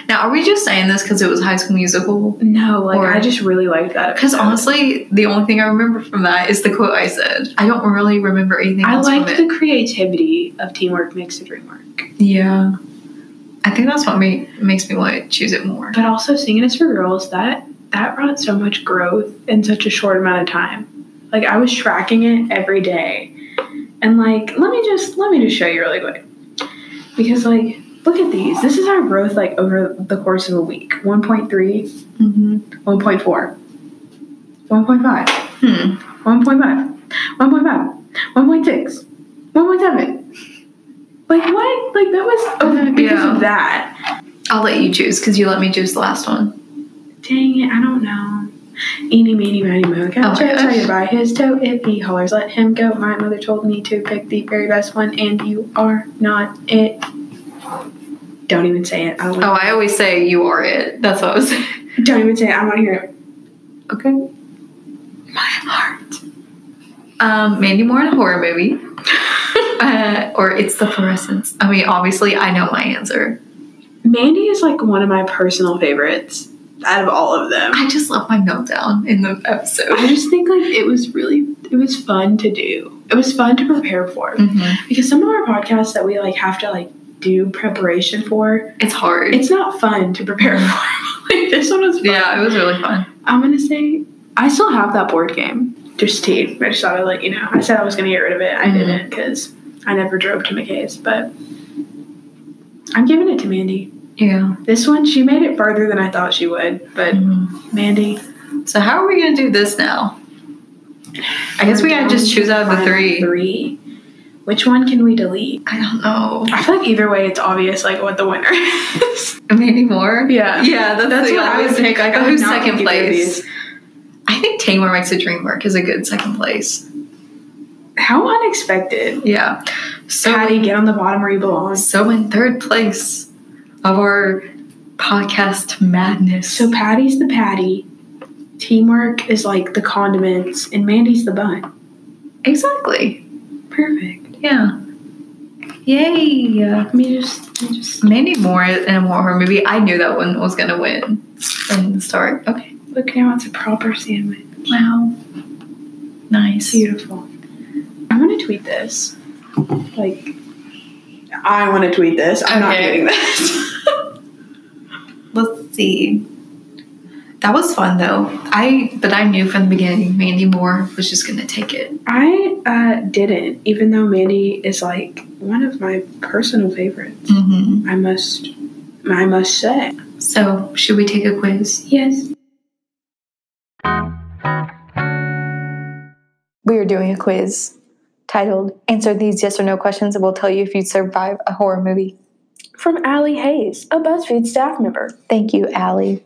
S1: Now, are we just saying this because it was High School Musical?
S2: No, like
S1: Or-
S2: I just really liked that.
S1: Because
S2: episode.
S1: honestly, the only thing I remember from that is the quote I said. I don't really remember anything
S2: I
S1: else
S2: liked
S1: from it.
S2: the creativity of teamwork makes the dream work.
S1: yeah, I think that's what ma- makes me want to choose it more.
S2: But also singing is for girls that that brought so much growth in such a short amount of time. Like I was tracking it every day. And like let me just let me just show you really quick. Because like look at these. This is our growth like over the course of a week. 1.3, 1.4,
S1: Mm-hmm.
S2: 1.5,
S1: Hmm.
S2: 1.5, 1.5, 1.6, 1.7. Like what? Like that was over because
S1: Yeah.
S2: of that.
S1: I'll let you choose because you let me choose the last one.
S2: Dang it, I don't know. Eeny, meeny, miny,
S1: Oh
S2: moe.
S1: my
S2: Catch a
S1: gosh.
S2: tiger by his toe if he hollers. Let him go. My mother told me to pick the very best one, and you are not it. Don't even say it. I don't,
S1: Oh,
S2: wanna,
S1: I always say you are it. That's what I was saying.
S2: don't even say it. I want to hear it.
S1: Okay. My heart. Um, Mandy Moore in a horror movie. uh, or it's the fluorescence. I mean, obviously, I know my answer.
S2: Mandy is like one of my personal favorites out of all of them.
S1: I just love my meltdown in the episode.
S2: I just think like it was really it was fun to do. It was fun to prepare for
S1: Mhm.
S2: because some of our podcasts that we like have to like do preparation for.
S1: It's hard.
S2: It's not fun to prepare for. like this one was fun.
S1: yeah, it was really fun.
S2: I'm gonna say I still have that board game. Just tea. I just thought I'd let you know. I said I was gonna get rid of it. I
S1: Mhm.
S2: didn't because I never drove to McKay's, but I'm giving it to Mandy.
S1: Yeah.
S2: This one, she made it farther than I thought she would, but
S1: Mhm.
S2: Mandy.
S1: So how are we gonna do this now? I guess we gotta just choose out of the three.
S2: Three. Which one can we delete?
S1: I don't know.
S2: I feel like either way, it's obvious like what the winner is.
S1: Mandy Moore.
S2: Yeah.
S1: Yeah, that's,
S2: That's
S1: the
S2: what I
S1: obvious-
S2: would pick. Like, I
S1: But
S2: would
S1: who's
S2: not pick
S1: second
S2: either of
S1: place?
S2: these.
S1: I think Tamer makes a dream work is a good second place.
S2: How unexpected.
S1: Yeah. So
S2: Patty, get on the bottom where you belong.
S1: So in third place of our podcast madness.
S2: So Patty's the patty. Teamwork is like the condiments, and Mandy's the bun.
S1: exactly.
S2: Perfect.
S1: Yeah. Yay!
S3: Let me just, let me just
S1: Mandy Moore in a horror movie. I knew that one was gonna win from the start. Okay.
S3: look now. It's a proper sandwich.
S1: Wow. Nice.
S3: Beautiful. I want to tweet this. Like, I want to tweet this. I'm not
S1: Okay.
S3: doing this.
S1: Let's see. That was fun though. I but I knew from the beginning Mandy Moore was just gonna take it.
S3: I uh, didn't, even though Mandy is like one of my personal favorites.
S1: Mm-hmm.
S3: I must, I must say.
S1: So should we take a quiz?
S3: Yes.
S1: We are doing a quiz titled "Answer These Yes or No Questions," and we'll tell you if you survive a horror movie.
S3: From Allie Hayes, a BuzzFeed staff member.
S1: Thank you, Allie.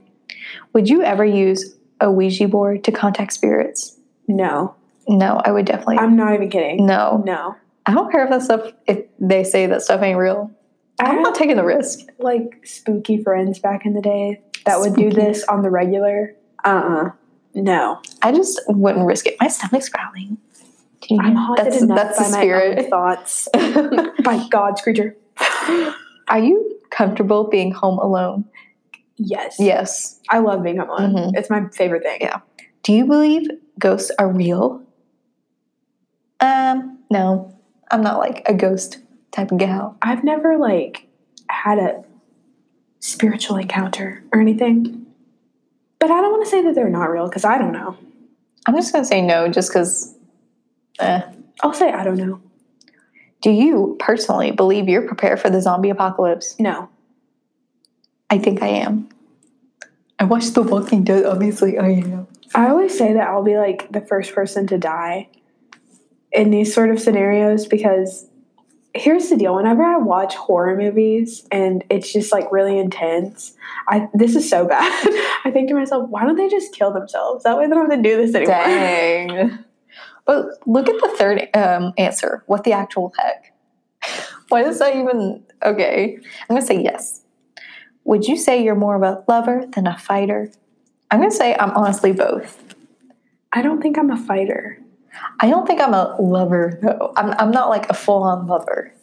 S1: Would you ever use a Ouija board to contact spirits?
S3: No,
S1: No, I would definitely.
S3: I'm not even kidding.
S1: no,
S3: No.
S1: I don't care if that stuff. If they say that stuff ain't real,
S2: I
S1: I'm not
S2: had
S1: taking the risk.
S2: like spooky friends back in the day that would do
S1: Spooky.
S2: this on the regular.
S3: Uh-uh. No.
S1: I just wouldn't risk it. My stomach's growling. Can you
S2: I'm
S1: hear-
S2: haunted
S1: that's,
S2: enough
S1: that's
S2: by
S1: the
S2: my
S1: spirit.
S2: own thoughts. by God's creature.
S1: Are you comfortable being home alone?
S2: Yes.
S1: Yes.
S2: I love being home alone.
S1: Mhm.
S2: It's my favorite thing.
S1: Yeah. Do you believe ghosts are real? Um, no. I'm not like a ghost type of gal.
S2: I've never like had a spiritual encounter or anything. But I don't want to say that they're not real because I don't know.
S1: I'm just gonna say no just because eh.
S2: I'll say I don't know.
S1: Do you personally believe you're prepared for the zombie apocalypse?
S2: No.
S1: I think I am. I watched The Walking Dead, obviously I am.
S2: I always say that I'll be like the first person to die in these sort of scenarios because here's the deal whenever I watch horror movies and it's just like really intense, I this is so bad. I think to myself, why don't they just kill themselves? That way they don't have to do this anymore.
S1: Dang. But look at the third um, answer. What the actual heck? Why is that even okay? I'm gonna say yes. Would you say you're more of a lover than a fighter? I'm gonna say I'm honestly both.
S2: I don't think I'm a fighter.
S1: I don't think I'm a lover though. I'm, I'm not like a full on lover.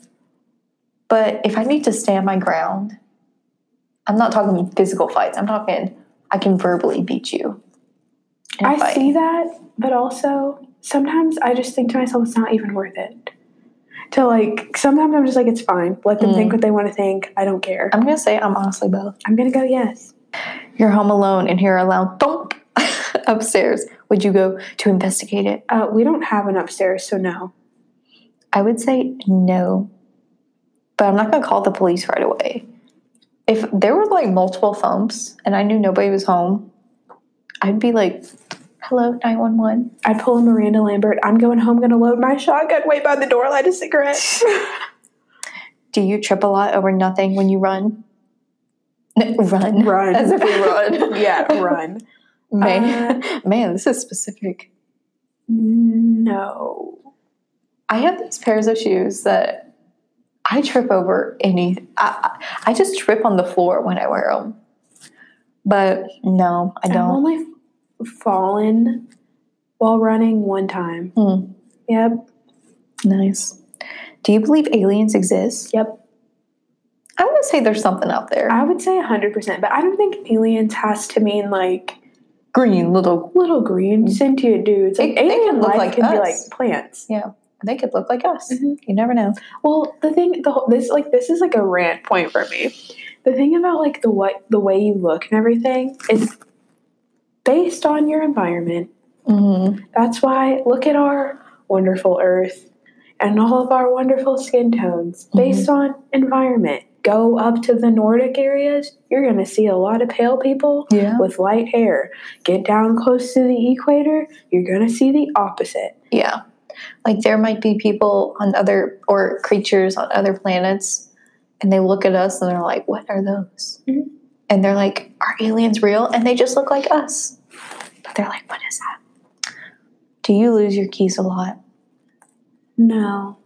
S1: But if I need to stand my ground, I'm not talking physical fights. I'm talking I can verbally beat you. in a
S2: I
S1: fight.
S2: see that, but also sometimes I just think to myself, it's not even worth it. To like, sometimes I'm just like, it's fine. Let them
S1: Mm.
S2: think what they want to think. I don't care.
S1: I'm gonna say I'm honestly both.
S2: I'm gonna go yes.
S1: You're home alone and hear a loud thump upstairs. Would you go to investigate it?
S2: Uh, we don't have an upstairs, so no.
S1: I would say no, but I'm not going to call the police right away. If there were like multiple thumps and I knew nobody was home, I'd be like, hello, 911.
S2: I pull a Miranda Lambert. I'm going home, gonna load my shotgun, wait by the door, light a cigarette.
S1: Do you trip a lot over nothing when you run? No, run.
S2: Run.
S1: As if we run.
S2: yeah, run.
S1: Man, man, this is specific.
S2: No.
S1: I have these pairs of shoes that I trip over any. I, I I just trip on the floor when I wear them. But no, I
S2: I've
S1: don't.
S2: only fallen while running one time.
S1: Hmm,
S2: Yep,
S1: nice. Do you believe aliens exist?
S2: yep.
S1: I would say there's something out there.
S2: I would say 100%, but I don't think aliens has to mean like
S1: Green little.
S2: little green sentient dudes. Like,
S1: Mm. They- they
S2: alien
S1: can look
S2: life
S1: like
S2: can be like
S1: us.
S2: plants.
S1: They could look like us.
S2: Mhm.
S1: You never know.
S2: Well, the thing, the whole, this like this is like a rant point for me. The thing about like the what the way you look and everything is based on your environment.
S1: Mhm.
S2: That's why look at our wonderful Earth and all of our wonderful skin tones based on environment. Go up to the Nordic areas, you're gonna see a lot of pale people
S1: Yeah.
S2: with light hair. Get down close to the equator, you're gonna see the opposite.
S1: Yeah. Like there might be people on other or creatures on other planets, and they look at us and they're like, "What are those?"
S2: Mhm.
S1: And they're like, "Are aliens real?" And they just look like us, but they're like, "What is that?" Do you lose your keys a lot?
S2: No.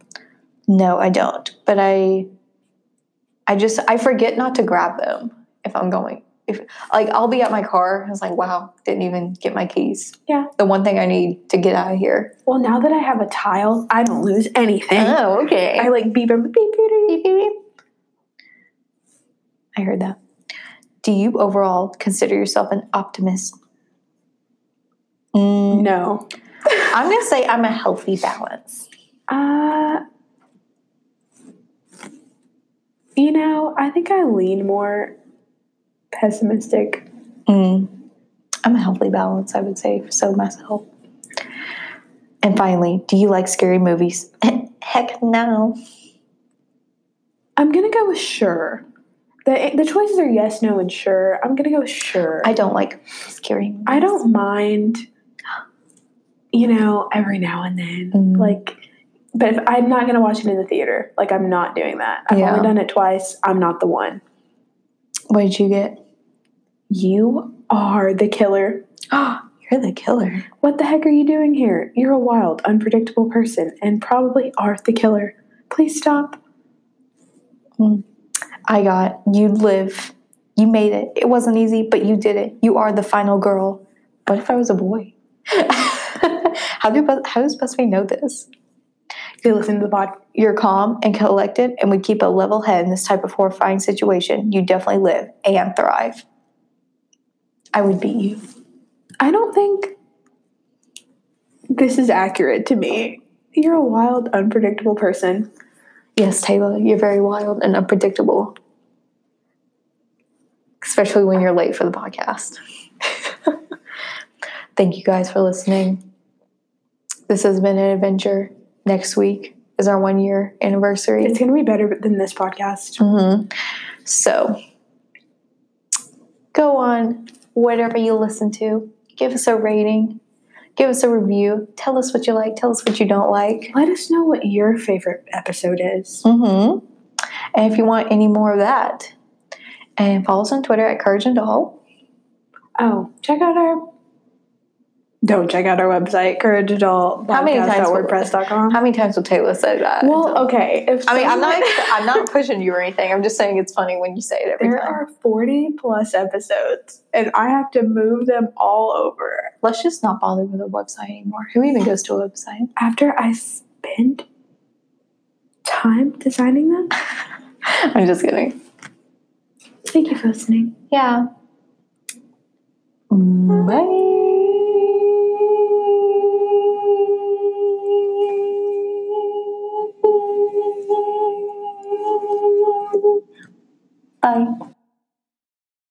S1: No, I don't. But I, I just I forget not to grab them if I'm going if like I'll be at my car. I was like, wow, didn't even get my keys.
S2: Yeah.
S1: The one thing I need to get out of here.
S2: Well, now that I have a tile, I don't lose anything.
S1: Oh, okay.
S2: I like beep beep beep beep beep. beep.
S1: I heard that. Do you overall consider yourself an optimist? Mm,
S2: No.
S1: I'm gonna say I'm a healthy balance.
S2: Uh, you know, I think I lean more pessimistic.
S1: Mm, I'm a healthy balance, I would say, so myself. And finally, do you like scary movies? Heck no.
S2: I'm gonna go with sure. The the choices are yes, no, and sure. I'm gonna go sure.
S1: I don't like scary movies.
S2: I don't mind, you know, every now and then.
S1: Mm.
S2: Like, but if I'm not going to watch it in the theater. Like, I'm not doing that. I've
S1: Yeah.
S2: only done it twice. I'm not the one.
S1: What did you get?
S2: You are the killer.
S1: Oh, you're the killer.
S2: What the heck are you doing here? You're a wild, unpredictable person and probably are the killer. Please stop.
S1: I got you live. You made it. It wasn't easy, but you did it. You are the final girl. What if I was a boy? how do best- how does best we know this?
S2: You listen to the pod.
S1: You're calm and collected and would keep a level head in this type of horrifying situation. You definitely live and thrive. I would beat you.
S2: I don't think this is accurate to me. You're a wild, unpredictable person.
S1: Yes, Taylor, you're very wild and unpredictable. Especially when you're late for the podcast. Thank you guys for listening. This has been an adventure. Next week is our one year anniversary.
S2: It's going to be better than this podcast.
S1: Mhm. So go on, whatever you listen to, give us a rating, give us a review, tell us what you like, tell us what you don't like.
S2: Let us know what your favorite episode is.
S1: Mm-hmm. And if you want any more of that, and follow us on Twitter at Courage and Doll.
S2: Oh, check out our. Don't check out our website,
S1: How many times will- How
S2: courageadultpodcast.wordpress.com.
S1: many times will Taylor say that?
S2: Well, okay. If
S1: I mean, I'm not.
S2: someone-
S1: I'm not pushing you or anything. I'm just saying it's funny when you say it every
S2: There
S1: time.
S2: are 40 plus episodes, and I have to move them all over.
S1: Let's just not bother with a website anymore. Who even goes to a website?
S2: After I spend time designing them,
S1: I'm just kidding.
S2: thank you for listening.
S1: Yeah.